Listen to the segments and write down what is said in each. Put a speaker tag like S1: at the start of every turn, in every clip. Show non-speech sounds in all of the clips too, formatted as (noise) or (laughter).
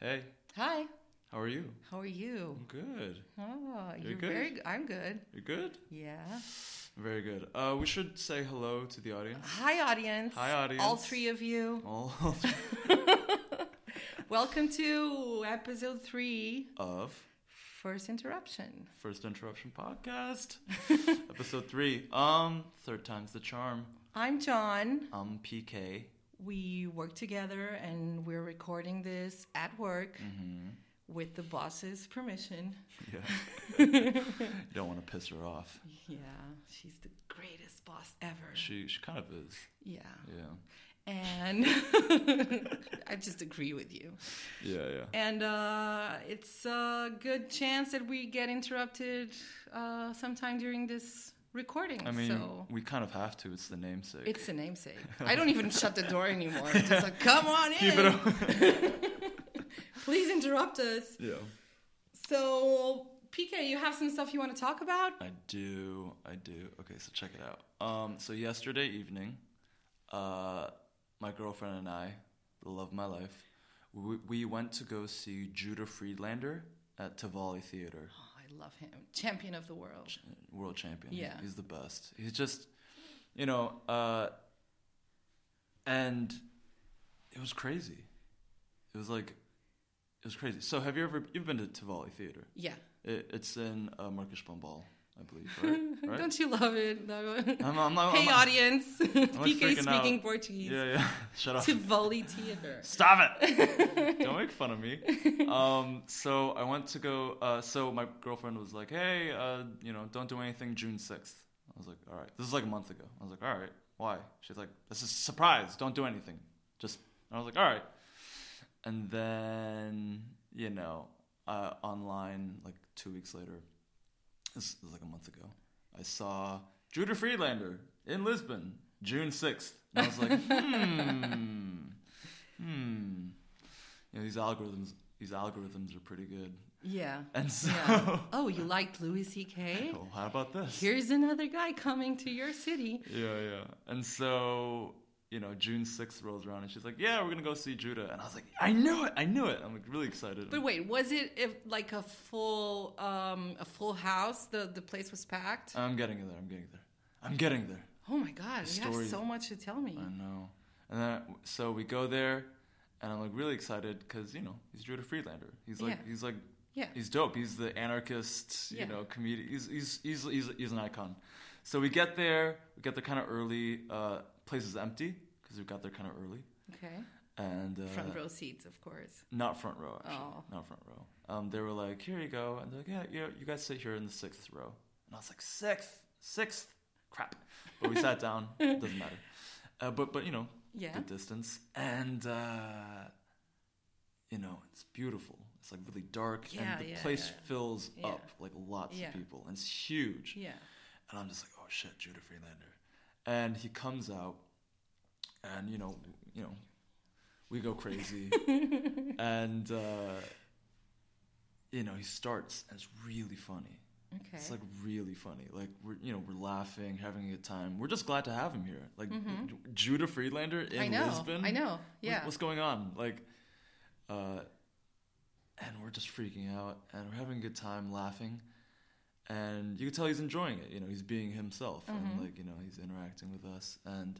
S1: Hey,
S2: Hi,
S1: how are you?
S2: how are you?
S1: I'm good.
S2: Oh,
S1: You're
S2: you're,
S1: good?
S2: very good. I'm good.
S1: You're good?
S2: Yeah.
S1: Very good. Uh, we should say hello to the audience.
S2: Hi, audience.
S1: Hi, audience.
S2: All three of you.
S1: All (laughs)
S2: Welcome to episode three,
S1: of
S2: First Interruption.
S1: First Interruption (laughs) Podcast, episode three. Um, third time's the charm.
S2: I'm John.
S1: I'm PK.
S2: We work together and we're recording this at work
S1: Mm-hmm.
S2: with the boss's permission.
S1: Yeah. (laughs) Don't want to piss her off.
S2: Yeah, she's the greatest boss ever.
S1: She she kind of is.
S2: Yeah.
S1: Yeah.
S2: And (laughs) I just agree with you.
S1: Yeah, yeah.
S2: And uh, it's a good chance that we get interrupted uh, sometime during this recording.
S1: I mean,
S2: so
S1: we kind of have to. It's the namesake.
S2: it's a namesake. I don't even shut the door anymore. I'm just like, come on
S1: (laughs)
S2: in.
S1: Keep it up.
S2: (laughs) Please interrupt us.
S1: yeah.
S2: So, PK, you have some stuff you want to talk about?
S1: I do. I do. Okay, so check it out. Um, so yesterday evening, uh, my girlfriend and I, the love of my life, we, we went to go see Judah Friedlander at Tivoli Theater, uh,
S2: Oh, I love him. Champion of the world.
S1: world champion.
S2: Yeah.
S1: he's the best. He's just, you know, uh, and it was crazy. It was like, it was crazy. So have you ever you've been to Tivoli Theater?
S2: Yeah.
S1: It, it's in uh, Marcus Ball, I believe,
S2: (laughs)
S1: right? right?
S2: Don't you love it?
S1: (laughs) I'm, I'm, I'm,
S2: hey,
S1: I'm-
S2: audience. PK (laughs)
S1: freaking out.
S2: speaking Portuguese.
S1: Yeah, yeah. (laughs) Shut up.
S2: Tivoli Theater.
S1: Stop it! Don't make fun of me. Um, so I went to go. Uh, so my girlfriend was like, "Hey, uh, you know, don't do anything June 6th. I was like, "All right." This is like a month ago. I was like, "All right, why?" She's like, "This is a surprise. Don't do anything. Just." And I was like, "All right." And then you know, uh, online like two weeks later, this was like a month ago. I saw Judah Friedlander in Lisbon, June 6th. And I was like, hmm, hmm. You know, these algorithms, these algorithms are pretty good.
S2: Yeah.
S1: And so, (laughs)
S2: Yeah. (laughs) Oh, you liked Louis C.K.?
S1: well, how about this?
S2: Here's another guy coming to your city.
S1: Yeah, yeah. And so, you know, June 6th rolls around and she's like, yeah, we're going to go see Judah. And I was like, I knew it. I knew it. I'm like really excited.
S2: But wait, was it if, like a full um, a full house? The the place was packed.
S1: I'm getting there. I'm getting there. I'm getting there.
S2: oh my god, you have
S1: story-
S2: so much to tell me.
S1: I know. And then so we go there, and I'm like really excited because you know he's Judah Friedlander. He's like
S2: Yeah.
S1: he's like
S2: Yeah.
S1: he's dope. He's the anarchist, you
S2: Yeah.
S1: know, comedian. He's he's, he's he's he's an icon. So we get there. We get there kind of early. Uh, place is empty because we got there kind of early.
S2: Okay.
S1: And uh,
S2: Front row seats, of course.
S1: not front row, actually.
S2: Oh.
S1: Not front row. Um, they were like, here you go. And they're like, yeah, you, you guys sit here in the sixth row. And I was like, sixth? Sixth? Crap. But we sat
S2: (laughs)
S1: down. Doesn't matter. Uh, but, but, you know,
S2: Yeah.
S1: good distance. And, uh, you know, it's beautiful. It's like really dark.
S2: Yeah,
S1: and the
S2: yeah,
S1: place
S2: yeah.
S1: fills
S2: Yeah.
S1: up like lots
S2: Yeah.
S1: of people. And it's huge.
S2: Yeah.
S1: And I'm just like, oh shit, Judah Freelander. And he comes out, and you know, you know, we go
S2: (laughs)
S1: crazy, and uh, you know, he starts, and it's really funny.
S2: Okay.
S1: It's like really funny. Like we're you know we're laughing, having a good time. We're just glad to have him here. Like J- Judah Friedlander in
S2: Mm-hmm. I know.
S1: Lisbon.
S2: I know.
S1: What-
S2: Yeah.
S1: What's going on? Like, uh, and we're just freaking out and we're having a good time laughing. And you can tell he's enjoying it. You know, he's being himself and, like, you know, he's interacting with us. And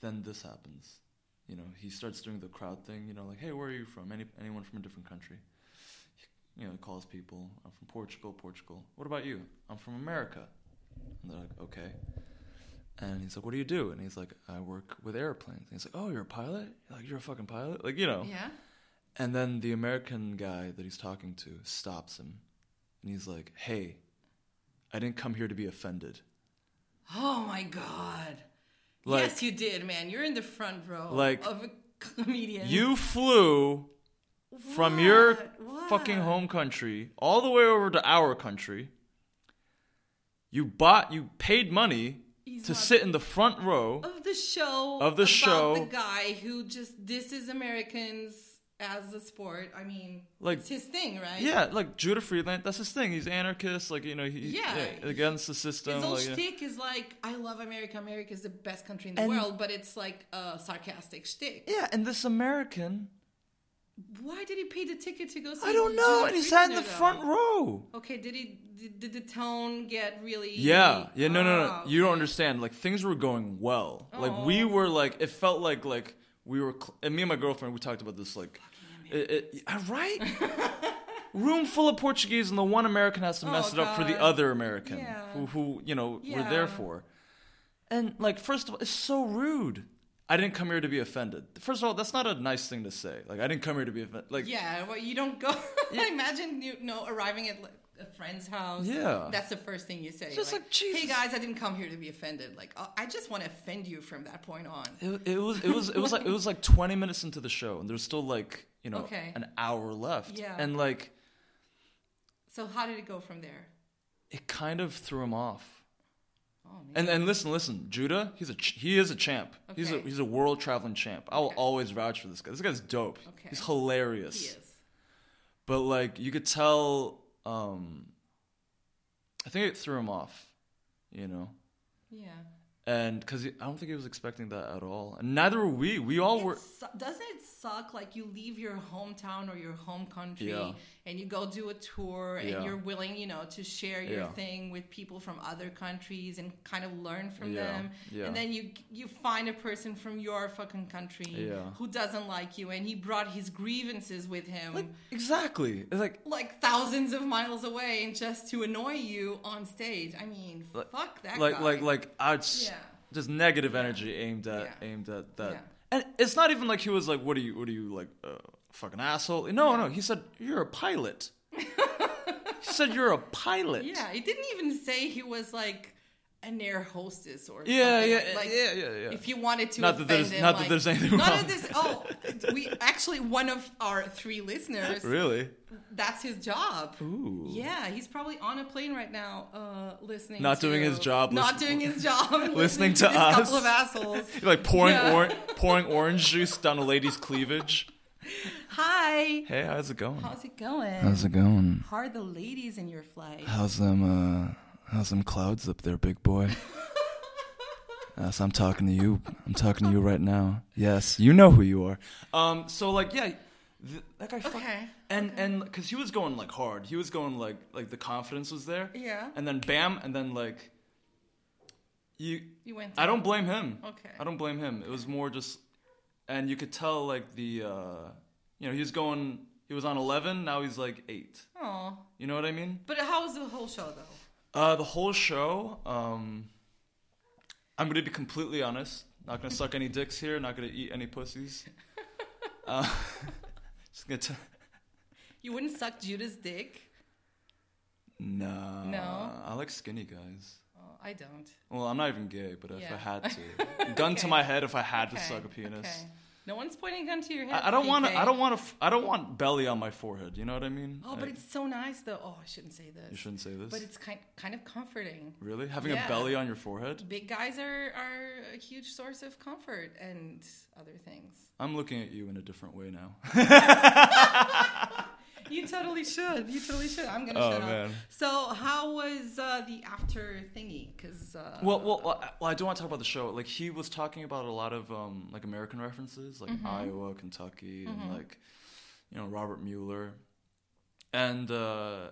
S1: then this happens. You know, he starts doing the crowd thing, you know, like, hey, where are you from? Any, anyone from a different country? You know, he calls people. I'm from Portugal, Portugal. What about you? I'm from America. And they're like, okay. And he's like, what do you do? And he's like, I work with airplanes. And he's like, oh, you're a pilot? Like, you're a fucking pilot? Like, you know.
S2: yeah.
S1: And then the American guy that he's talking to stops him. And he's like, hey, I didn't come here to be offended.
S2: Oh my god.
S1: Like-
S2: yes, you did, man. You're in the front row
S1: Like-
S2: of a comedian.
S1: You flew from your
S2: What? What?
S1: fucking home country all the way over to our country. You bought, you paid money
S2: He's
S1: to
S2: not-
S1: sit in the front row.
S2: of the show
S1: Of the
S2: about
S1: show.
S2: the guy who just disses Americans as a sport. I mean,
S1: Like-
S2: it's his thing, right?
S1: Yeah, like Judah Friedland, that's his thing. He's anarchist, like you know, he's
S2: Yeah.
S1: against the system.
S2: His whole
S1: like, yeah.
S2: shtick is like, I love America. America is the best country in the
S1: And-
S2: world, but it's like a sarcastic shtick.
S1: Yeah, and this American
S2: Why did he pay the ticket to go see?
S1: I don't
S2: Judas
S1: know. And he sat in the
S2: Priest,
S1: front
S2: though?
S1: row.
S2: Okay, did he? Did, did the tone get really?
S1: Yeah, yeah, no, no, no.
S2: Oh,
S1: You don't understand. Like things were going well. Like we
S2: Oh.
S1: were like it felt like like we were. Cl- and me and my girlfriend we talked about this like, it, it, yeah, right.
S2: (laughs)
S1: Room full of Portuguese and the one American has to
S2: Oh,
S1: mess it up for the
S2: God.
S1: other American
S2: Yeah.
S1: who who you know we're
S2: Yeah.
S1: there for. And like first of all, it's so rude. I didn't come here to be offended. First of all, that's not a nice thing to say. Like I didn't come here to be offended. Like
S2: Yeah, well, you don't go. (laughs) I imagine you know arriving at like, a friend's house.
S1: Yeah.
S2: that's the first thing you say.
S1: Just like, Jesus.
S2: Hey guys, I didn't come here to be offended. Like uh, I just want to offend you from that point on.
S1: It, it was it was it was like it was like 20 minutes into the show and there's still like you know
S2: Okay.
S1: an hour left
S2: Yeah.
S1: and like
S2: So how did it go from there?
S1: it kind of threw him off
S2: Oh man.
S1: and and listen listen Judah he's a ch- he is a champ he's a
S2: Okay.
S1: he's a world traveling champ I will
S2: Okay.
S1: always vouch for this guy this guy's dope
S2: Okay.
S1: he's hilarious
S2: He is.
S1: but like you could tell um I think it threw him off you know
S2: Yeah.
S1: and because I don't think he was expecting that at all and neither were we we all Oh, were
S2: It su- doesn't it suck like you leave your hometown or your home country
S1: Yeah.
S2: and you go do a tour and
S1: Yeah.
S2: you're willing, you know, to share your
S1: Yeah.
S2: thing with people from other countries and kind of learn from
S1: Yeah,
S2: them.
S1: yeah.
S2: And then you you find a person from your fucking country
S1: Yeah.
S2: who doesn't like you and he brought his grievances with him.
S1: like
S2: Like-
S1: exactly it's like
S2: thousands of miles away, and just to annoy you on stage. I mean,
S1: Like-
S2: fuck that
S1: like
S2: guy.
S1: like like I just
S2: Yeah.
S1: just negative energy aimed at
S2: Yeah.
S1: aimed at that.
S2: Yeah.
S1: And it's not even like he was like, "What are you? What are you like? Uh, fucking asshole!" No, no. He said, "You're a
S2: (laughs)
S1: pilot." he said, "You're a pilot."
S2: Yeah, he didn't even say he was like an air hostess or
S1: Yeah,
S2: something.
S1: yeah,
S2: like, like,
S1: yeah, yeah, yeah.
S2: If you wanted to,
S1: Not that there's-
S2: offend him,
S1: not that
S2: like-
S1: there's anything
S2: Not
S1: wrong.
S2: that this. Oh, we actually one of our three listeners.
S1: Really?
S2: That's his job.
S1: Ooh.
S2: Yeah, he's probably on a plane right now, uh, listening.
S1: Not
S2: to-
S1: doing his job,
S2: Not
S1: listen-
S2: doing his job. listening,
S1: (laughs) Listening to
S2: this
S1: us.
S2: couple of assholes.
S1: You're (laughs) like pouring
S2: Yeah.
S1: or- pouring orange juice down a lady's cleavage.
S2: Hi,
S1: Hey, how's it going?
S2: how's it going?
S1: it going?
S2: How are the ladies in your flight? (laughs)
S1: How's them? Uh, how's them clouds up there, big boy? Yes, Uh, I'm talking to you. I'm talking to you right now. Yes, you know who you are. Um, so like, yeah, th- that guy. fuck-
S2: Okay,
S1: And and because he was going like hard, he was going like like the confidence was there.
S2: Yeah.
S1: And then bam, and then like, you.
S2: you went.
S1: I don't blame him.
S2: Okay.
S1: I don't blame him. It was more just, and you could tell like the, uh, you know, he was going. He was on eleven. Now he's like eight.
S2: Oh,
S1: You know what I mean?
S2: but how was the whole show though?
S1: Uh, the whole show. Um, I'm gonna be completely honest. Not gonna suck any dicks here. Not gonna eat any
S2: (laughs)
S1: pussies. Uh, (laughs) just gonna. T-
S2: You wouldn't suck Judas' dick.
S1: no.
S2: No?
S1: I like skinny guys.
S2: Oh, I don't.
S1: Well, I'm not even gay, but if I
S2: Yeah.
S1: had to, gun to
S2: (laughs) Okay.
S1: my head if I had to
S2: Okay,
S1: suck a penis.
S2: okay. No one's pointing a gun to your head.
S1: I, I don't want to.
S2: PK.
S1: I don't want to. I don't want belly on my forehead. You know what I mean?
S2: Oh, but
S1: I,
S2: it's so nice though. Oh, I shouldn't say
S1: you
S2: this.
S1: shouldn't say this.
S2: But it's kind kind of comforting.
S1: really having a
S2: Yeah.
S1: belly on your forehead.
S2: Big guys are are a huge source of comfort and other things.
S1: I'm looking at you in a different way now.
S2: You totally should. You totally should. I'm gonna
S1: Oh,
S2: shut up.
S1: man.
S2: So how was uh, the after thingy? Because uh,
S1: Well, well, well, I- well, I do want to talk about the show. Like he was talking about a lot of um, like American references,
S2: Mm-hmm.
S1: like Iowa, Kentucky, and like you know Robert Mueller, and uh,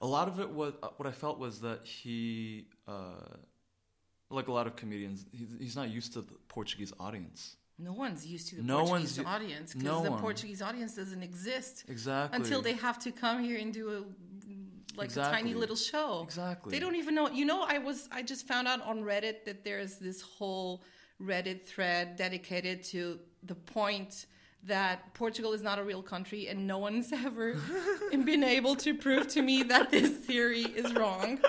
S1: a lot of it was uh, what I felt was that he, uh, like a lot of comedians, he's, he's not used to the Portuguese audience.
S2: no one's used to the
S1: No one's
S2: Portuguese
S1: u-
S2: audience because
S1: no
S2: the
S1: one.
S2: Portuguese audience doesn't exist
S1: Exactly.
S2: until they have to come here and do a like a
S1: Exactly.
S2: tiny little show.
S1: Exactly.
S2: They don't even know. You know, I was I just found out on Reddit that there's this whole Reddit thread dedicated to the point that Portugal is not a real country and no one's (laughs) ever been able to prove to me that this theory is wrong.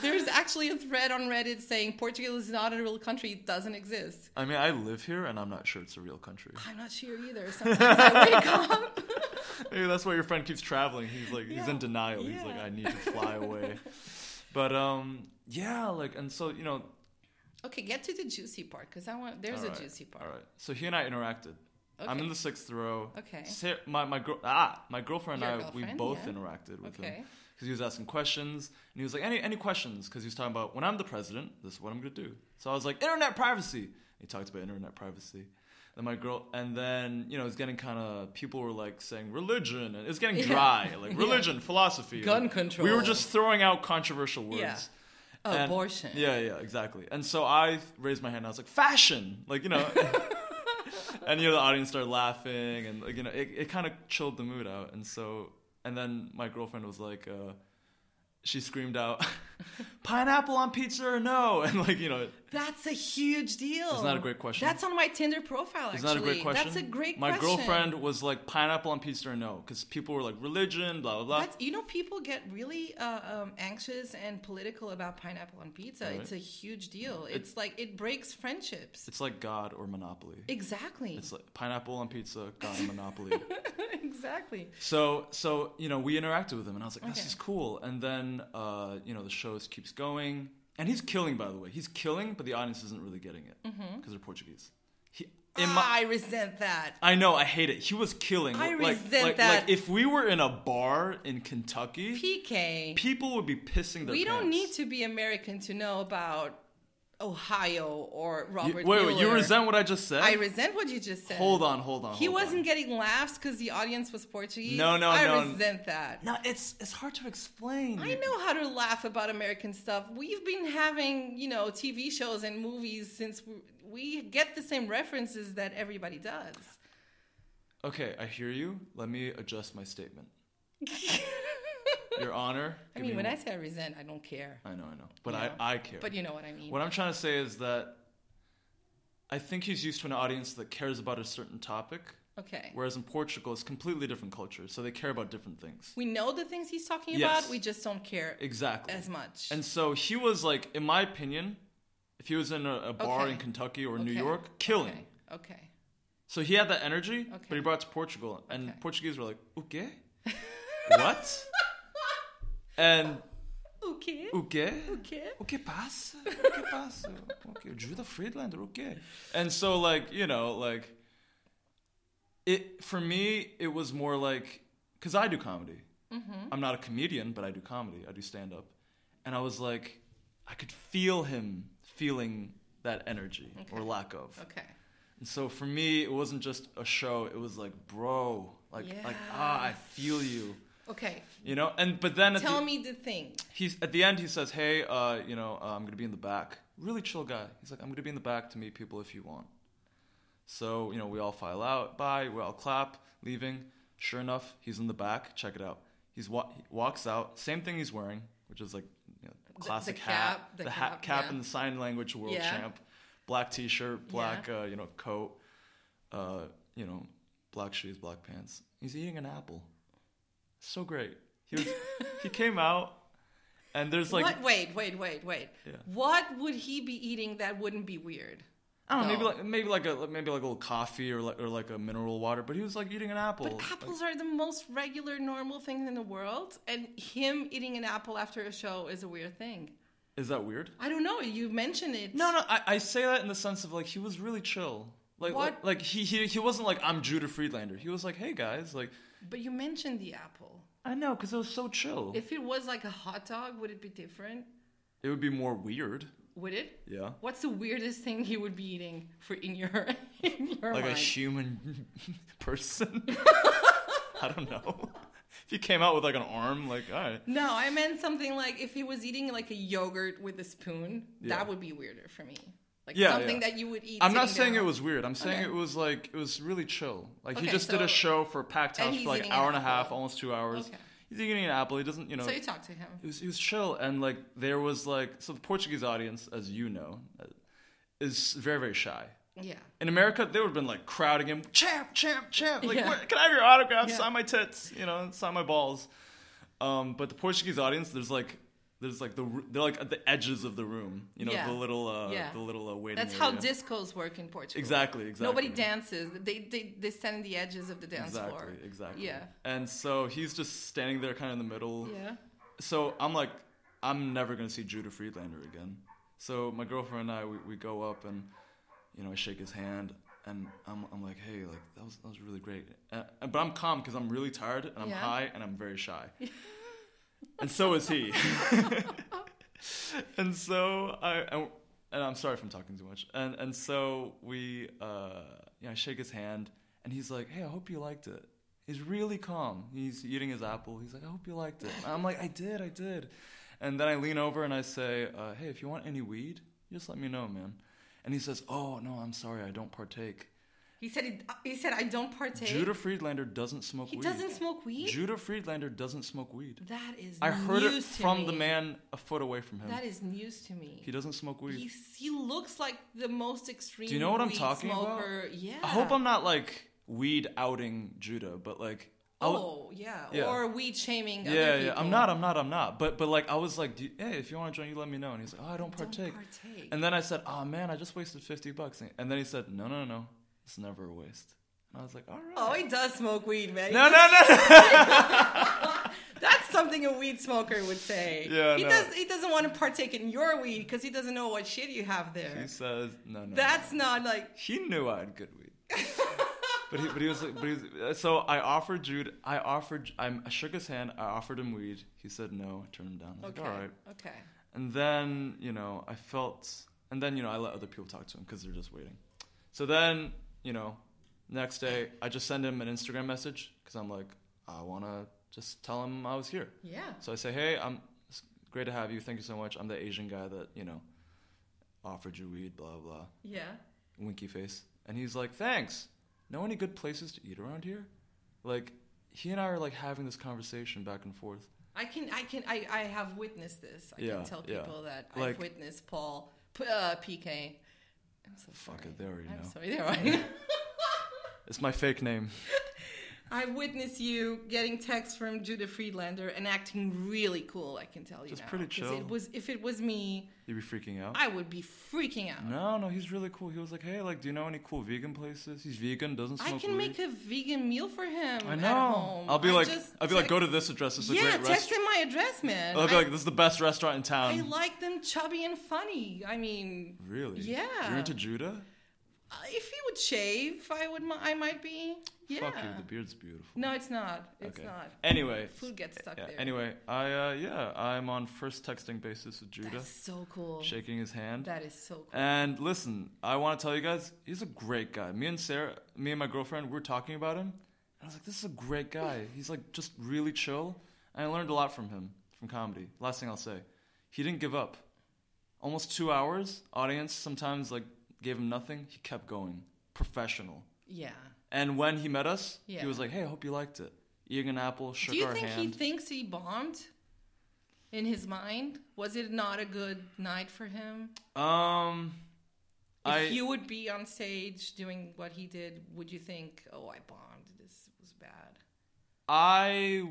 S2: There's actually a thread on Reddit saying Portugal is not a real country, it doesn't exist.
S1: I mean, I live here, and I'm not sure it's a real country.
S2: I'm not sure either. Sometimes I
S1: (laughs)
S2: wake up.
S1: Maybe that's why your friend keeps traveling. He's like he's in
S2: Yeah.
S1: denial. He's like
S2: Yeah.
S1: I need to fly away.
S2: (laughs)
S1: but um yeah, like and so you know
S2: Okay, get to the juicy part because I want there's
S1: all
S2: a
S1: right,
S2: juicy part.
S1: All right. So he and I interacted. I'm
S2: Okay.
S1: in the sixth row.
S2: Okay.
S1: Sa- my my girl ah my girlfriend and
S2: Your
S1: I we
S2: girlfriend,
S1: both
S2: yeah.
S1: interacted with him
S2: Okay.
S1: because he was asking questions and he was like any any questions because he was talking about when I'm the president this is what I'm gonna do. So I was like internet privacy. He talked about internet privacy. Then my girl, and then you know, it's getting kind of people were like saying religion, and it's
S2: (laughs)
S1: getting dry, like religion, philosophy,
S2: Gun
S1: Like, We
S2: control.
S1: were just throwing out controversial words.
S2: Yeah.
S1: And-
S2: Abortion.
S1: yeah, yeah, exactly. And so I th- raised my hand. and I was like, fashion, like you know. (laughs) and you know, the audience started laughing, and like, you know, it, it kind of chilled the mood out. And so, and then my girlfriend was like. Uh, she screamed out, (laughs) "Pineapple on pizza or no?" (laughs) And like you know,
S2: That's a huge deal. It's
S1: not a great question.
S2: That's on my Tinder profile. Actually,
S1: It's not a great question.
S2: That's a great
S1: My
S2: question.
S1: girlfriend was like pineapple on pizza or no, because people were like religion, blah blah blah.
S2: That's, you know, people get really uh, um, anxious and political about pineapple on pizza.
S1: Right.
S2: It's a huge deal. It's like it breaks friendships.
S1: It's like God or Monopoly.
S2: Exactly.
S1: It's like pineapple on pizza, God and Monopoly.
S2: (laughs) exactly.
S1: so so you know we interacted with him, and I was like, this
S2: Okay.
S1: is cool. And then uh, you know the show just keeps going, and he's killing. By the way, he's killing, but the audience isn't really getting it because they're Portuguese. He, in my,
S2: Mm-hmm. Ah, I resent that.
S1: I know, I hate it. He was killing.
S2: I
S1: like,
S2: resent
S1: like,
S2: that.
S1: Like if we were in a bar in Kentucky,
S2: PK.
S1: people would be pissing their
S2: we don't
S1: pants.
S2: need to be American to know about Ohio or
S1: You-
S2: Robert.
S1: wait, wait, you
S2: Mueller.
S1: resent what I just said?
S2: I resent what you just said.
S1: hold on, hold on.
S2: He
S1: hold
S2: wasn't
S1: on.
S2: getting laughs because the audience was Portuguese.
S1: No, no,
S2: I
S1: no.
S2: resent that.
S1: No, it's it's hard to explain.
S2: I know how to laugh about American stuff. We've been having, you know, TV shows and movies since we, we get the same references that everybody does.
S1: (laughs) Okay, I hear you. Let me adjust my statement. Your Honor.
S2: I
S1: give
S2: mean,
S1: me
S2: when
S1: one-
S2: I say I resent, I don't care.
S1: I know, I know, but
S2: Yeah.
S1: I I care.
S2: But you know what I mean.
S1: what I'm trying to say is that I think he's used to an audience that cares about a certain topic,
S2: okay.
S1: whereas in Portugal it's completely different culture, so they care about different things.
S2: We know the things he's talking
S1: Yes.
S2: about, we just don't care
S1: Exactly.
S2: as much.
S1: And so he was like, in my opinion, if he was in a, a bar
S2: Okay.
S1: in Kentucky or New
S2: Okay.
S1: York, killing.
S2: Okay. okay.
S1: So he had that energy,
S2: Okay.
S1: but he brought it to Portugal, and
S2: Okay.
S1: Portuguese were like,
S2: (laughs)
S1: "Okay, what?" and
S2: Okay.
S1: "O quê?
S2: Okay.
S1: O que passa? O que passa? Okay, Judah Friedlander, okay." And so, like you know, like it for me, it was more like because I do comedy.
S2: Mm-hmm.
S1: I'm not a comedian, but I do comedy. I do stand up, and I was like, I could feel him feeling that energy or lack of.
S2: Okay.
S1: And so for me, it wasn't just a show. It was like, bro, like, like ah, I feel you,
S2: Okay.
S1: you know. And but then at
S2: Tell
S1: the,
S2: me the thing.
S1: he's at the end. He says, hey, uh, you know, uh, I'm gonna be in the back. Really chill guy. He's like, I'm gonna be in the back to meet people if you want. So you know, we all file out. Bye. We all clap, leaving. Sure enough, he's in the back. Check it out. He's wa- he walks out. Same thing he's wearing, which is like you know, classic hat,
S2: cap, the cap,
S1: cap
S2: yeah.
S1: in the sign language world
S2: Yeah.
S1: champ, black T-shirt, black uh, you know coat uh, you know, black shoes, black pants. He's eating an apple. So great. He was, he came out, and there's like
S2: what? Wait, wait, wait, wait.
S1: Yeah.
S2: What would he be eating that wouldn't be weird?
S1: I don't know, maybe
S2: No.
S1: like maybe like a maybe like a little coffee or like or like a mineral water. But he was like eating an apple.
S2: But apples are the most regular, normal thing in the world, and him eating an apple after a show is a weird thing.
S1: Like, is that weird?
S2: I don't know. You mentioned it.
S1: No, no. I, I say that in the sense of like he was really chill. Like
S2: What?
S1: like, like he, he he wasn't like I'm Judah Friedlander. He was like, hey guys, like
S2: But you mentioned the apple.
S1: I know because it was so chill.
S2: If it was like a hot dog, would it be different?
S1: it would be more weird.
S2: Would it?
S1: Yeah.
S2: What's the weirdest thing he would be eating for in your (laughs) in your
S1: like
S2: mind?
S1: a human (laughs)
S2: (laughs)
S1: person. I don't know. If you came out with like an arm, like all right,
S2: no, I meant something like if he was eating like a yogurt with a spoon,
S1: Yeah.
S2: that would be weirder for me. Like
S1: Yeah,
S2: something
S1: yeah.
S2: that you would eat.
S1: I'm not
S2: sitting
S1: saying it
S2: down.
S1: was weird. I'm saying
S2: Okay.
S1: it was like it was really chill. Like he
S2: Okay,
S1: just did
S2: so-
S1: a show for a packed
S2: and
S1: house
S2: he's
S1: for like an
S2: eating an
S1: hour and a
S2: apple.
S1: half, almost two hours.
S2: Okay.
S1: He's eating an apple. He doesn't, you know.
S2: So you talked to him.
S1: it was it was chill and like there was like so the Portuguese audience, as you know, uh, is very very shy.
S2: Yeah.
S1: In America, they would have been like crowding him, champ, champ, champ. Like,
S2: Yeah.
S1: "Where- can I have your autograph?
S2: Yeah.
S1: Sign my tits, you know, sign my balls. Um, but the Portuguese audience, there's like, there's like the r- they're like at the edges of the room, you know,
S2: Yeah.
S1: the little uh,
S2: Yeah.
S1: the little uh, waiting.
S2: That's how
S1: area.
S2: discos work in Portugal.
S1: exactly exactly
S2: Nobody dances. They, they they stand in the edges of the dance
S1: exactly
S2: floor.
S1: exactly
S2: Yeah.
S1: And so he's just standing there, kind of in the middle.
S2: Yeah.
S1: So I'm like, I'm never gonna see Judah Friedlander again. So my girlfriend and I, we, we go up and, you know, I shake his hand and I'm, I'm like, hey, like that was that was really great. Uh, but I'm calm because I'm really tired and I'm
S2: Yeah.
S1: high and I'm very
S2: (laughs)
S1: shy. and so is he. and so I, I- and I'm sorry if I'm talking too much. And and so we, uh, yeah, I shake his hand, and he's like, "Hey, I hope you liked it." He's really calm. He's eating his apple. He's like, "I hope you liked it." And I'm like, "I did, I did." And then I lean over and I say, uh, "Hey, if you want any weed, just let me know, man." And he says, "Oh no, I'm sorry, I don't partake."
S2: He said he, he said I don't partake.
S1: Judah Friedlander doesn't smoke
S2: he
S1: weed.
S2: doesn't smoke weed.
S1: Judah Friedlander doesn't smoke weed.
S2: that is
S1: I heard it
S2: news to
S1: from
S2: me.
S1: the man a foot away from him.
S2: That is news to me.
S1: he doesn't smoke weed.
S2: He, he looks like the most extreme.
S1: Do you know what I'm
S2: weed
S1: talking about?
S2: smoker. Yeah.
S1: I hope I'm not like weed outing Judah, but like I w-
S2: Oh yeah.
S1: Yeah.
S2: Or weed shaming.
S1: yeah,
S2: other
S1: yeah,
S2: people.
S1: I'm not, I'm not, I'm not. But but like I was like, Do you- hey, if you want to join, you let me know. And he's like, oh, I don't
S2: Don't
S1: partake.
S2: partake.
S1: And then I said, oh man, I just wasted fifty bucks. And then he said, no, no, no, it's never a waste. And I was like, all right.
S2: Oh, he does smoke weed, man.
S1: no, no, no,
S2: (laughs)
S1: no. (laughs)
S2: That's something a weed smoker would say.
S1: Yeah,
S2: he
S1: no.
S2: does. He doesn't want to partake in your weed because he doesn't know what shit you have there.
S1: he says, no, no, no.
S2: That's not like
S1: he knew I had good
S2: (laughs)
S1: weed. But he, but he was like, but he was, so I offered Jude, I offered, I'm, I shook his hand, I offered him weed. He said no, I turned him down. I was
S2: okay.
S1: like, all right.
S2: Okay.
S1: And then, you know, I felt, and then, you know, I let other people talk to him because they're just waiting. So then, you know, next day, I just send him an Instagram message because I'm like, I want to just tell him I was here.
S2: Yeah.
S1: So I say, hey, I'm it's great to have you. Thank you so much. I'm the Asian guy that, you know, offered you weed, blah, blah,
S2: Yeah.
S1: winky face. And he's like, thanks. Know any good places to eat around here? Like, he and I are like having this conversation back and forth.
S2: I can. I can. I. I have witnessed this. I
S1: Yeah,
S2: can tell
S1: yeah.
S2: people that I've
S1: Like-
S2: witnessed Paul p- uh, PK. I'm so
S1: Fuck
S2: sorry.
S1: it, they already
S2: I'm
S1: know.
S2: sorry. There (laughs) are.
S1: It's my fake name.
S2: I witnessed you getting texts from Judah Friedlander and acting really cool. I can tell you.
S1: Just
S2: now,
S1: pretty
S2: 'cause
S1: chill.
S2: It was if it was me,
S1: You'd be freaking out.
S2: I would be freaking out.
S1: No, no, he's really cool. He was like, "Hey, like, do you know any cool vegan places?" He's vegan, doesn't smoke
S2: I can
S1: weed.
S2: make a vegan meal for him.
S1: I
S2: At
S1: know.
S2: home.
S1: I'll be
S2: I
S1: like,
S2: just
S1: I'll be like,
S2: te-
S1: go to this address. This is a
S2: yeah,
S1: great
S2: text
S1: restaurant.
S2: him my address, man.
S1: I'll be
S2: I-
S1: like, um, this is the best restaurant in town.
S2: I like them chubby and funny. I mean,
S1: really?
S2: Yeah.
S1: You're into Judah?
S2: uh, if he would shave, I would. mi- I might be. Yeah.
S1: Fuck you. The beard's beautiful.
S2: No, it's not. It's
S1: Okay.
S2: not.
S1: Anyway.
S2: Food gets stuck
S1: yeah,
S2: there.
S1: Anyway, I uh, yeah, I'm on first texting basis with Judah, Uh,
S2: That's so cool.
S1: shaking his hand.
S2: That is so cool.
S1: And listen, I want to tell you guys, he's a great guy. Me and Sarah, me and my girlfriend, we are talking about him, and I was like, this is a great guy. He's like just really chill, and I learned a lot from him from comedy. Last thing I'll say, he didn't give up. Almost two hours, audience sometimes like gave him nothing. He kept going, professional.
S2: Yeah.
S1: And when he met us,
S2: Yeah.
S1: he was like, hey, I hope you liked it. Eating an apple, shook
S2: Do you
S1: our
S2: think
S1: hand.
S2: he thinks he bombed? In his mind, was it not a good night for him?
S1: um,
S2: If
S1: I
S2: you would be on stage doing what he did, would you think, "Oh, I bombed. This was bad."
S1: I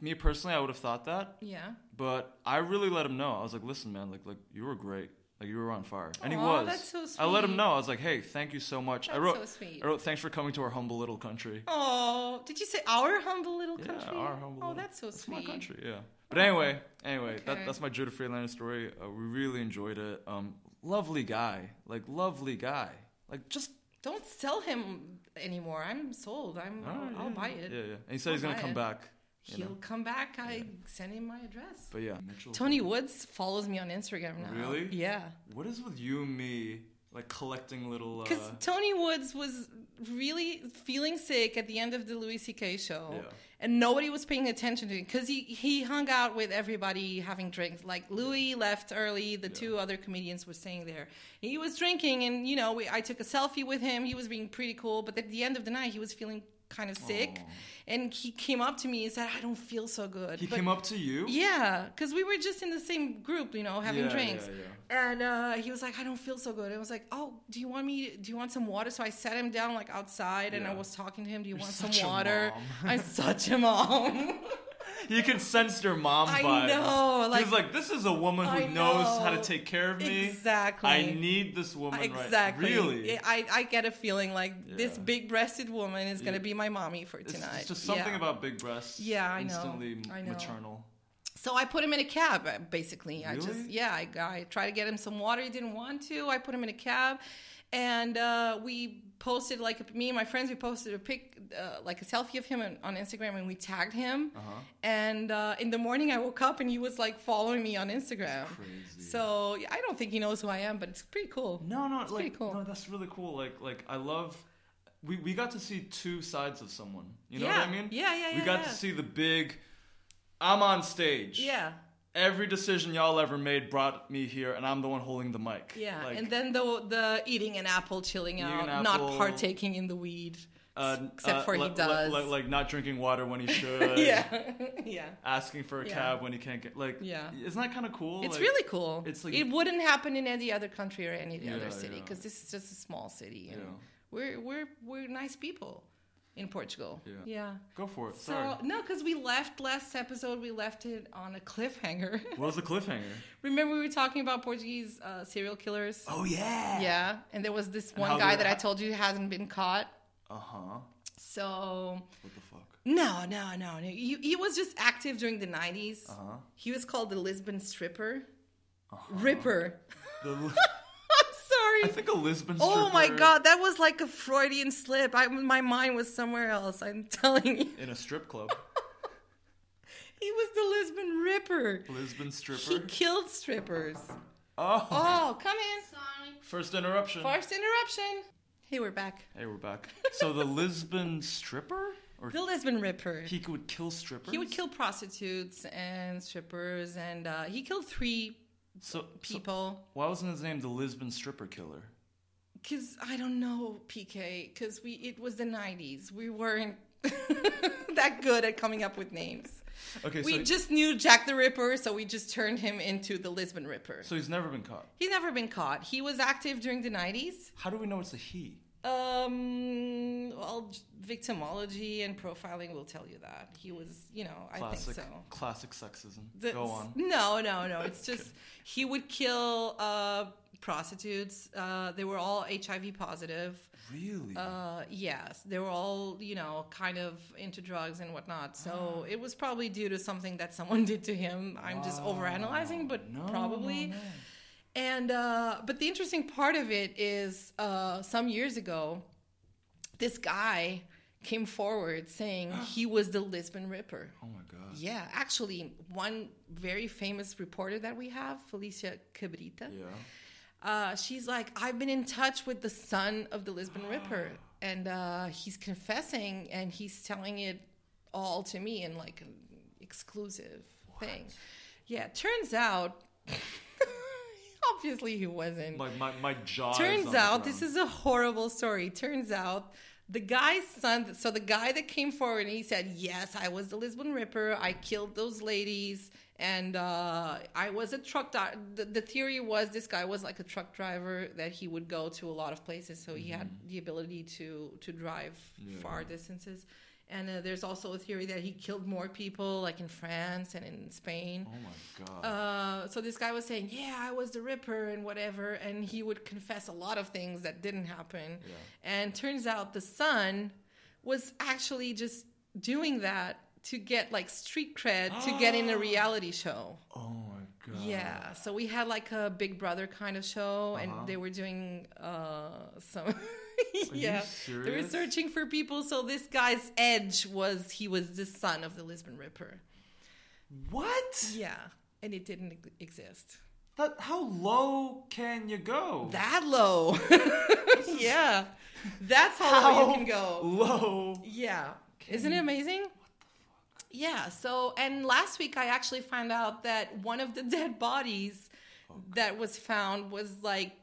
S1: me personally, I would have thought that.
S2: Yeah.
S1: But I really let him know. I was like, listen, man, like, like you were great. Like you were on fire, and he
S2: Aw,
S1: was.
S2: that's so
S1: I let
S2: sweet.
S1: him know. I was like, "Hey, thank you so much." I
S2: That's
S1: wrote,
S2: so sweet.
S1: I wrote, "Thanks for coming to our humble little country."
S2: Oh, did you say our humble little
S1: Yeah,
S2: country?
S1: our humble.
S2: Oh,
S1: little-
S2: that's so
S1: my
S2: sweet.
S1: country. Yeah. But anyway, anyway,
S2: Okay.
S1: that, that's my Judah Freelander story. Uh, we really enjoyed it. Um, lovely guy, like lovely guy, like just.
S2: Don't sell him anymore. I'm sold. I'm.
S1: all right,
S2: I'll, I'll
S1: Oh, yeah,
S2: buy
S1: yeah,
S2: it.
S1: Yeah, yeah. And he said he's
S2: I'll
S1: gonna
S2: buy
S1: come
S2: it.
S1: back. you
S2: He'll
S1: know.
S2: come back. I send him my address.
S1: But yeah, Mitchell.
S2: Tony Woods follows me on Instagram now.
S1: Really?
S2: Yeah.
S1: What is with you and me, like collecting little? Uh,
S2: Because Tony Woods was really feeling sick at the end of the Louis C.K. show,
S1: Yeah.
S2: and nobody was paying attention to him because he, he hung out with everybody having drinks. Like Louis left early, the two other comedians were staying there. He was drinking, and you know, we, I took a selfie with him. He was being pretty cool, but at the end of the night, he was feeling kind of sick, and he came up to me and said, "I don't feel so good."
S1: he
S2: But-
S1: came up to you.
S2: yeah, because we were just in the same group, you know, having
S1: Yeah,
S2: drinks.
S1: yeah,
S2: And uh, he was like, "I don't feel so good." I was like, "Oh, do you want me? Do you want some water?" So I sat him down like outside, and I
S1: Yeah.
S2: was talking to him. Do you
S1: You're
S2: want
S1: such
S2: some
S1: a
S2: water?
S1: mom.
S2: (laughs) I'm such a mom.
S1: You can sense their mom
S2: I
S1: vibes.
S2: know,
S1: He
S2: like-
S1: was like, this is a woman who
S2: I
S1: knows how
S2: know.
S1: to take care of (laughs) me.
S2: Exactly.
S1: I need this woman
S2: exactly.
S1: right Really?
S2: Yeah, I I get a feeling like this
S1: Yeah.
S2: big-breasted woman is gonna
S1: Yeah.
S2: be my mommy for
S1: it's,
S2: tonight.
S1: it's just something
S2: Yeah.
S1: about big breasts.
S2: Yeah, I know.
S1: instantly m-
S2: I know.
S1: maternal.
S2: So I put him in a cab, uh, basically. I just,
S1: Really?
S2: yeah, I, I tried to get him some water. He didn't want to. I put him in a cab, and uh, we posted like a- me and my friends we posted a pic uh, like a selfie of him on, on instagram and we tagged him
S1: Uh-huh.
S2: and uh, in the morning i woke up and he was like following me on instagram
S1: crazy.
S2: so yeah, i don't think he knows who i am but it's pretty cool
S1: No, no,
S2: pretty
S1: like
S2: cool.
S1: no, that's really cool. Like, like I love. We we got to see two sides of someone. You know
S2: yeah.
S1: what I mean?
S2: yeah yeah yeah
S1: we got
S2: yeah.
S1: to see the big. I'm on stage.
S2: yeah
S1: Every decision y'all ever made brought me here, and I'm the one holding the mic.
S2: yeah
S1: Like,
S2: and then the the eating an apple chilling
S1: Eating
S2: out
S1: an
S2: not
S1: apple.
S2: partaking in the weed
S1: uh,
S2: except
S1: uh,
S2: for
S1: li-
S2: he
S1: li-
S2: does
S1: li- like not drinking water when he
S2: (laughs)
S1: should.
S2: yeah (laughs) yeah
S1: Asking for a
S2: Yeah.
S1: cab when he can't get. Like,
S2: Yeah.
S1: Isn't that kind of cool?
S2: It's
S1: Like,
S2: really cool.
S1: it's like-
S2: it wouldn't happen in any other country or any
S1: Yeah,
S2: other city
S1: yeah.
S2: because this is just a small city. And
S1: Yeah.
S2: We're we're we're nice people in Portugal.
S1: Yeah.
S2: yeah.
S1: Go for it.
S2: So
S1: Sorry.
S2: no, because we left last episode. We left it on a cliffhanger. (laughs)
S1: What was the cliffhanger?
S2: Remember we were talking about Portuguese uh, serial killers.
S1: Oh yeah.
S2: Yeah, and there was this
S1: how
S2: one guy
S1: they-
S2: that I told you hasn't been caught.
S1: Uh huh.
S2: So
S1: What the fuck?
S2: no, no, no, no. He, he was just active during the 90s.
S1: Uh-huh.
S2: He was called the Lisbon stripper, ripper.
S1: The,
S2: (laughs) I'm
S1: (laughs) I
S2: sorry.
S1: think a Lisbon.
S2: Oh my
S1: stripper
S2: god, that was like a Freudian slip. I, my mind was somewhere else. I'm (laughs) telling you,
S1: In a strip
S2: (laughs)
S1: club.
S2: he was the Lisbon Ripper.
S1: Lisbon stripper.
S2: He killed strippers.
S1: Oh,
S2: Oh, come in. Sorry.
S1: first interruption.
S2: First interruption. Hey, we're back.
S1: Hey, we're back. So the Lisbon stripper, or
S2: The Lisbon Ripper.
S1: he would kill strippers.
S2: He would kill prostitutes and strippers, and uh, he killed three
S1: so, so
S2: people.
S1: why wasn't his name the Lisbon stripper killer?
S2: Cause I don't know PK. Cause we it was the '90s. We weren't (laughs) that good at coming up with names.
S1: Okay,
S2: We
S1: so,
S2: just knew Jack the Ripper, so we just turned him into the Lisbon Ripper.
S1: so he's never been caught.
S2: He's never been caught. He was active during the 90s.
S1: How do we know it's a he?
S2: Um, well, j- victimology and profiling will tell you that. He was, you know, I
S1: Classic,
S2: think so.
S1: classic sexism.
S2: The-
S1: Go on.
S2: No, no, no.
S1: (laughs)
S2: It's just he would kill uh, prostitutes. Uh, they were all HIV positive.
S1: Really?
S2: Uh, yes, they were all, you know, kind of into drugs and whatnot. So
S1: Ah.
S2: it was probably due to something that someone (laughs) did to him. I'm just overanalyzing, but
S1: No,
S2: probably.
S1: no, no.
S2: And uh, but the interesting part of it is, uh, some years ago, this guy came
S1: (gasps)
S2: forward saying he was the Lisbon Ripper.
S1: Oh my god.
S2: Yeah, actually, one very famous reporter that we have, Felicia Cabrita
S1: Yeah.
S2: uh, she's like, I've been in touch with the son of the Lisbon Ripper, and uh, he's confessing and he's telling it all to me in like an exclusive thing. Yeah, turns out, (laughs) obviously, he wasn't.
S1: Like my my jaw. is on
S2: Turns
S1: the
S2: out, this
S1: ground.
S2: is a horrible story. Turns out, the guy's son, so the guy that came forward and he said, Yes, I was the Lisbon Ripper. I killed those ladies. And uh, I was a truck driver. The, the theory was this guy was like a truck driver that he would go to a lot of places. So he had the ability to, to drive far distances. And uh, there's also a theory that he killed more people, like in France and in Spain.
S1: Oh my god.
S2: Uh, so this guy was saying, "Yeah, I was the Ripper and whatever," and he would confess a lot of things that didn't happen.
S1: Yeah.
S2: And turns out the son was actually just doing that to get like street cred to
S1: (gasps)
S2: get in a reality show.
S1: oh my god.
S2: Yeah, so we had like a Big Brother kind of show,
S1: Uh-huh.
S2: and they were doing uh, some. (laughs) yeah, they were
S1: serious?
S2: searching for people. So this guy's edge was he was the son of the Lisbon Ripper.
S1: What?
S2: Yeah, and it didn't e- exist.
S1: That how low can you go? (laughs)
S2: that low. (laughs) yeah. That's how, low you can go. (laughs)
S1: Low.
S2: Yeah. Isn't it amazing? Yeah. So, and last week I actually found out that one of the (laughs) dead bodies that was found was like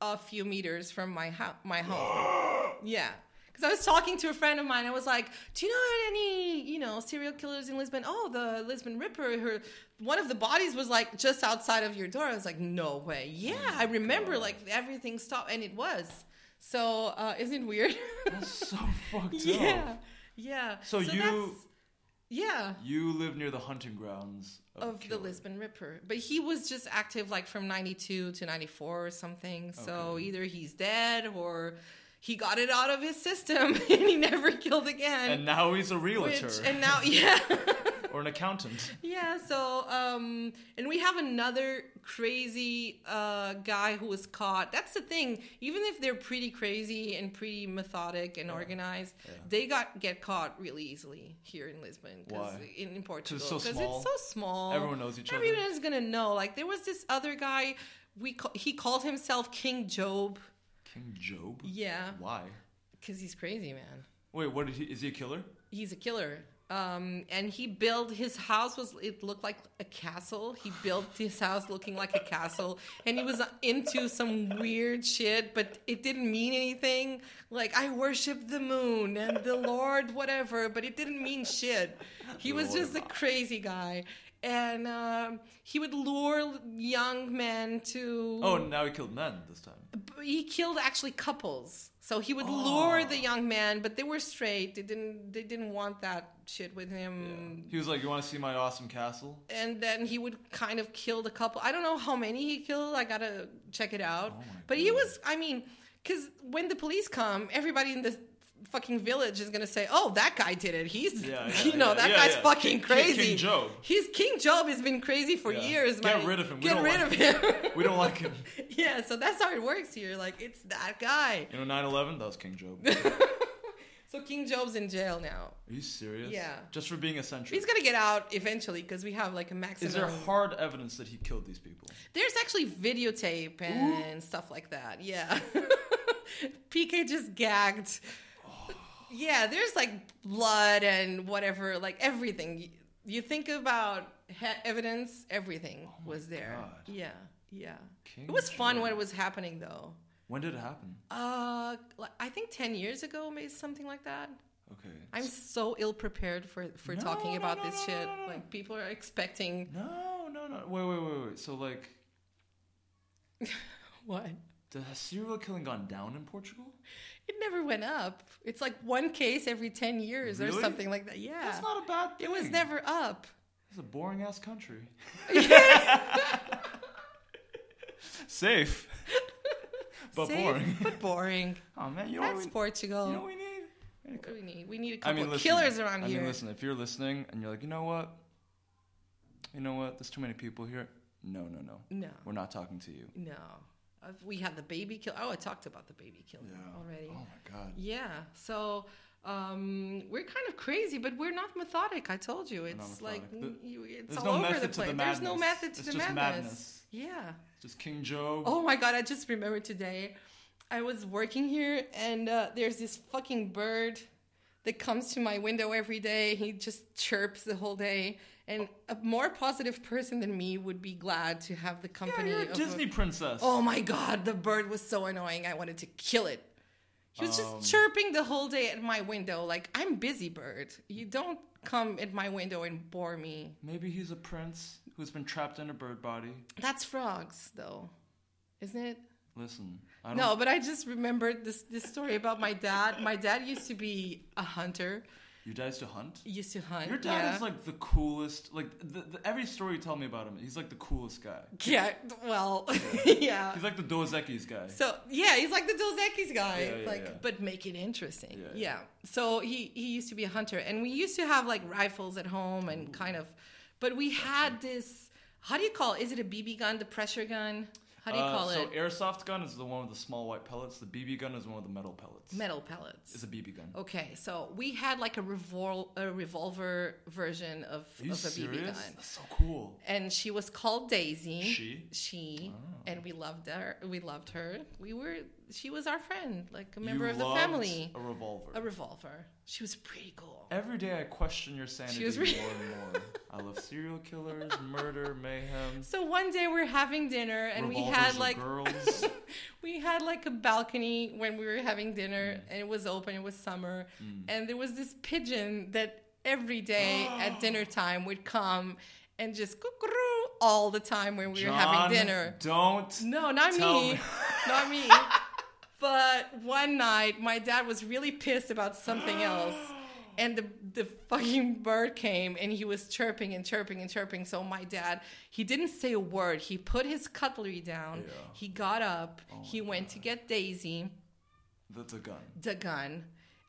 S2: a few meters from my ho- my home. yeah. Because I was talking to a friend of mine, I was like, "Do you know any, you know, serial killers in Lisbon? Oh, the Lisbon Ripper. Her, one of the bodies was like just outside of your door." I was like, "No way! Yeah, I remember. Like everything stopped, and it was. So, uh, isn't it weird? (laughs)
S1: That's so fucked
S2: Yeah,
S1: up.
S2: yeah.
S1: So, you
S2: that's- yeah,
S1: you live near the hunting grounds of,
S2: of the
S1: killer.
S2: Lisbon Ripper, but he was just active like from '92 to '94 or something. So
S1: Okay.
S2: either he's dead or he got it out (laughs) of his system and he never killed again.
S1: And now he's a realtor.
S2: Which, and now, (laughs) yeah.
S1: or an
S2: (laughs)
S1: accountant.
S2: Yeah, so um and we have another crazy uh guy who was caught. That's the thing. Even if they're pretty crazy and pretty methodic and organized, they got get caught really easily here in Lisbon
S1: Why?
S2: in, in Portugal
S1: so small.
S2: it's so small.
S1: Everyone knows each other.
S2: Everyone's going to know. Like there was this other guy we ca- he called himself King Job.
S1: King Job.
S2: Yeah,
S1: Why?
S2: cuz he's crazy, man.
S1: Wait, what did he? Is he a killer?
S2: he's a killer. Um, and he built his house was it looked like a castle. He built his house looking like a castle, and he was into some weird shit, but it didn't mean anything. Like I worship the moon and the Lord, whatever, but it didn't mean shit. He was just a crazy guy, and um, he would lure young men to
S1: Oh, now he killed men this time.
S2: he killed actually couples. So he would lure the young man, but they were straight. They didn't they didn't want that shit with him.
S1: He was like, "You want to see my awesome castle?"
S2: And then he would kind of kill the couple. I don't know how many he killed. I gotta check it out.
S1: Oh my
S2: but he was, I mean, because when the police come, everybody in the fucking village is gonna say, "Oh, that guy did it. He's, (laughs)
S1: Yeah, yeah,
S2: you know,
S1: yeah,
S2: that
S1: yeah,
S2: guy's
S1: yeah.
S2: fucking
S1: King-
S2: crazy."
S1: King Job.
S2: He's King Job has been crazy for
S1: Yeah.
S2: years.
S1: Get
S2: man.
S1: rid of him. We
S2: Get
S1: don't
S2: rid
S1: like
S2: of him.
S1: (laughs) We don't like him.
S2: (laughs) yeah, so that's how it works here. Like it's that guy. (laughs)
S1: You know, 9/11. That was King Job.
S2: So King Job's in jail now.
S1: Are you serious?
S2: Yeah.
S1: Just for being eccentric.
S2: He's gonna get out eventually because we have like a maximum.
S1: Is there hard evidence that he killed these people?
S2: There's actually videotape and stuff like that. Yeah. (laughs) PK
S1: (sighs)
S2: just gagged. Yeah, there's like blood and whatever, like everything. You- You think about he- evidence, everything was there.
S1: Oh God.
S2: Yeah, yeah.
S1: King
S2: it was fun
S1: Job.
S2: when it was happening, though.
S1: When did it happen?
S2: Uh, like, I think ten years ago, maybe something like that.
S1: Okay.
S2: I'm so ill prepared for for
S1: No,
S2: talking
S1: no,
S2: about
S1: no,
S2: this
S1: no,
S2: shit.
S1: no, no, no.
S2: Like people are expecting
S1: No, no, no. Wait, wait, wait, wait. So like,
S2: what?
S1: the, has serial killing gone down in Portugal?
S2: It never went up. It's like one case every ten years
S1: Really?
S2: or something like that. Yeah,
S1: That's not a bad thing.
S2: it was never up.
S1: It's a boring ass
S2: (laughs)
S1: country. (laughs)
S2: (laughs)
S1: Safe, but
S2: Safe,
S1: boring.
S2: (laughs) but boring.
S1: Oh man, you know,
S2: That's
S1: what
S2: Portugal.
S1: we, you know what we need?
S2: What do we need? We need a
S1: I
S2: couple
S1: mean,
S2: of
S1: listen,
S2: killers around
S1: I
S2: here.
S1: mean, listen. If you're listening and you're like, you know what, you know what, there's too many people here. No, no, no.
S2: No,
S1: We're not talking to you.
S2: no. Uh, We have the baby kill. Oh, I talked about the baby killer already.
S1: Oh my god.
S2: Yeah. So um, we're kind of crazy, but we're not methodic. I told you,
S1: not
S2: it's like
S1: methodic.
S2: n- you- it's
S1: There's
S2: all
S1: no
S2: over
S1: method
S2: the
S1: to
S2: place.
S1: the
S2: There's no
S1: madness.
S2: method
S1: It's
S2: to the
S1: just
S2: madness.
S1: madness.
S2: Yeah.
S1: Just King Joe.
S2: Oh my god! I just remembered today. I was working here, and uh, there's this fucking bird that comes to my window every day. He just chirps the whole day. And a more positive person than me would be glad to have the
S1: yeah,
S2: company
S1: you're
S2: of
S1: a
S2: a-
S1: Disney princess.
S2: Oh my god, the bird was so annoying. I wanted to kill it. He was
S1: Um,
S2: just chirping the whole day at my window. Like, I'm busy, bird. You don't come at my window and bore me.
S1: Maybe he's a prince who's been trapped in a bird body.
S2: That's frogs, though, isn't it?
S1: Listen, I don't.
S2: No, but I just remembered this, this story about my dad. My dad used to be a hunter.
S1: You guys to hunt.
S2: He used to hunt.
S1: Your dad
S2: yeah.
S1: is like the coolest. Like the, the, every story you tell me about him, he's like the coolest guy.
S2: Yeah, well, (laughs) yeah.
S1: He's like the Dos Equis guy.
S2: So yeah, he's like the Dos Equis guy,
S1: Yeah, yeah,
S2: like
S1: yeah.
S2: but make it interesting.
S1: Yeah,
S2: Yeah,
S1: yeah.
S2: So he he used to be a hunter, and we used to have like rifles at home and kind of, but we had this. How do you call? it? Is it a BB gun? The pressure gun? How do you
S1: Uh,
S2: call
S1: so
S2: it?
S1: airsoft gun is the one with the small white pellets. The BB gun is one with the metal pellets.
S2: Metal pellets.
S1: It's a BB gun.
S2: Okay, so we had like a revol a revolver version of,
S1: Are you
S2: of a BB
S1: serious?
S2: gun. Mm-hmm.
S1: That's so cool.
S2: and she was called Daisy.
S1: She? Oh.
S2: she, and we loved her. We loved her. We were. She was our friend, like a member
S1: you
S2: of the
S1: loved
S2: family.
S1: A revolver.
S2: A revolver. She was pretty cool.
S1: Every day I question your sanity
S2: was re-
S1: more and more. I love serial
S2: (laughs)
S1: killers, murder, mayhem,
S2: So one day we're having dinner, and we
S1: revolvers
S2: had
S1: of
S2: like
S1: girls.
S2: we had like a balcony when we were having dinner,
S1: Mm.
S2: and it was open. It was summer, and there was this pigeon that every
S1: (gasps)
S2: day at dinner time would come and just cuckoo all the time when (laughs) we were
S1: John,
S2: having dinner.
S1: Don't.
S2: No, not
S1: Tell
S2: me.
S1: me.
S2: (laughs) not me. But one night, my dad was really pissed about
S1: (gasps)
S2: something else. And the, the fucking bird came and he was chirping and chirping and chirping. So my dad, he didn't say a word. He put his cutlery down.
S1: Yeah. Oh
S2: He got up. he went to get Daisy,
S1: The, the gun.
S2: the gun,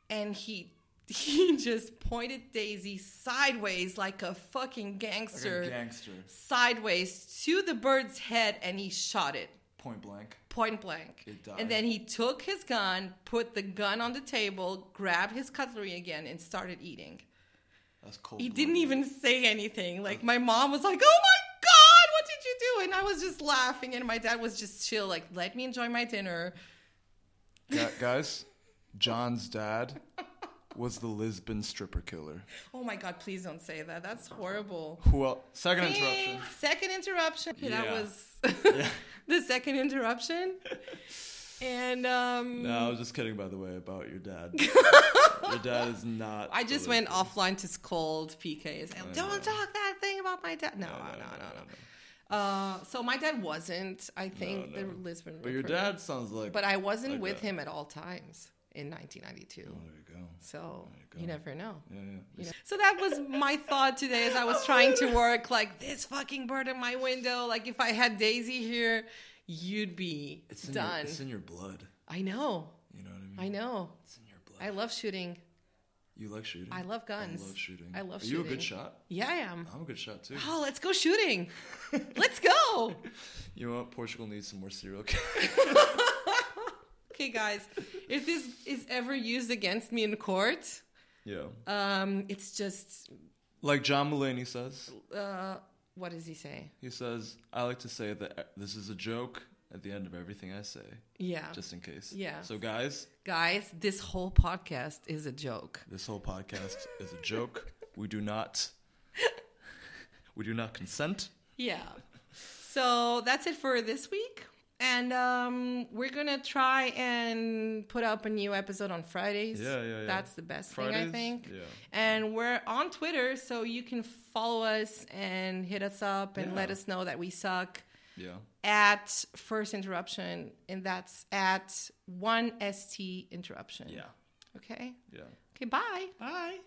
S2: and he (laughs) he just pointed Daisy sideways like a fucking
S1: Like
S2: gangster,
S1: a gangster.
S2: sideways to the bird's head, and he shot it
S1: Point blank.
S2: point blank.
S1: It died.
S2: And then he took his gun, put the gun on the table, grabbed his cutlery again, and started eating.
S1: That's cold.
S2: He didn't
S1: blooded.
S2: even say
S1: Uh.
S2: anything. Like my mom was like, "Oh my god, what did you do?" And I was just laughing, and my dad was just chill, like, "Let me enjoy my dinner."
S1: Gu- guys, John's (laughs) dad was the Lisbon stripper killer.
S2: Oh my god, please don't say that. That's horrible.
S1: Who el Second interruption.
S2: Ding! Second interruption. Okay, That
S1: Yeah.
S2: was
S1: (laughs) Yeah.
S2: (laughs) the second interruption. And um,
S1: No, I was just kidding, by the way, about your
S2: (laughs)
S1: dad. your dad is not.
S2: I just
S1: the
S2: went
S1: Lisbon-
S2: offline to scold PKs. And don't talk that thing about my dad. No, no, no, no. no, Uh, so my dad wasn't. I think
S1: no.
S2: the Lisbon.
S1: But your
S2: Ripper.
S1: dad sounds like.
S2: But I wasn't
S1: like
S2: with
S1: that.
S2: him at all times in 1992.
S1: Oh, there you go.
S2: So
S1: go.
S2: you never know.
S1: Yeah,
S2: you
S1: yeah.
S2: know? So that was my thought today as I was trying to work like this fucking bird in my window. Like if I had Daisy here, you'd be
S1: It's in Your,
S2: done.
S1: it's in your blood.
S2: I know.
S1: You know what I mean?
S2: I know.
S1: It's in your blood.
S2: I love shooting.
S1: you like shooting.
S2: I love guns.
S1: I love shooting.
S2: I love
S1: Are you a
S2: shooting.
S1: good shot?
S2: Yeah, I am.
S1: I'm a good shot too.
S2: Oh, let's go shooting. Let's go.
S1: You know what? Portugal needs some more serial
S2: (laughs)
S1: killers.
S2: Okay, guys. If this is ever used against me in court,
S1: yeah.
S2: um, it's just
S1: Like John Mulaney says.
S2: uh, what does he say?
S1: He says, I like to say that uh, this is a joke at the end of everything I say,
S2: Yeah,
S1: just in case.
S2: Uh, Yeah.
S1: So, guys,
S2: guys, this whole podcast is a joke.
S1: this whole podcast is a joke. We do not.
S2: (laughs)
S1: We do not consent.
S2: Yeah. So that's it for this week. And um, we're gonna try and put up a new episode on Fridays.
S1: Yeah, yeah, yeah.
S2: That's the best thing I
S1: Fridays?
S2: think.
S1: Yeah.
S2: And we're on Twitter, so you can follow us and hit us up and
S1: Yeah.
S2: let us know that we suck.
S1: Yeah.
S2: at first interruption, and that's at one st interruption.
S1: Yeah.
S2: Okay.
S1: Yeah.
S2: Okay. Bye.
S1: Bye.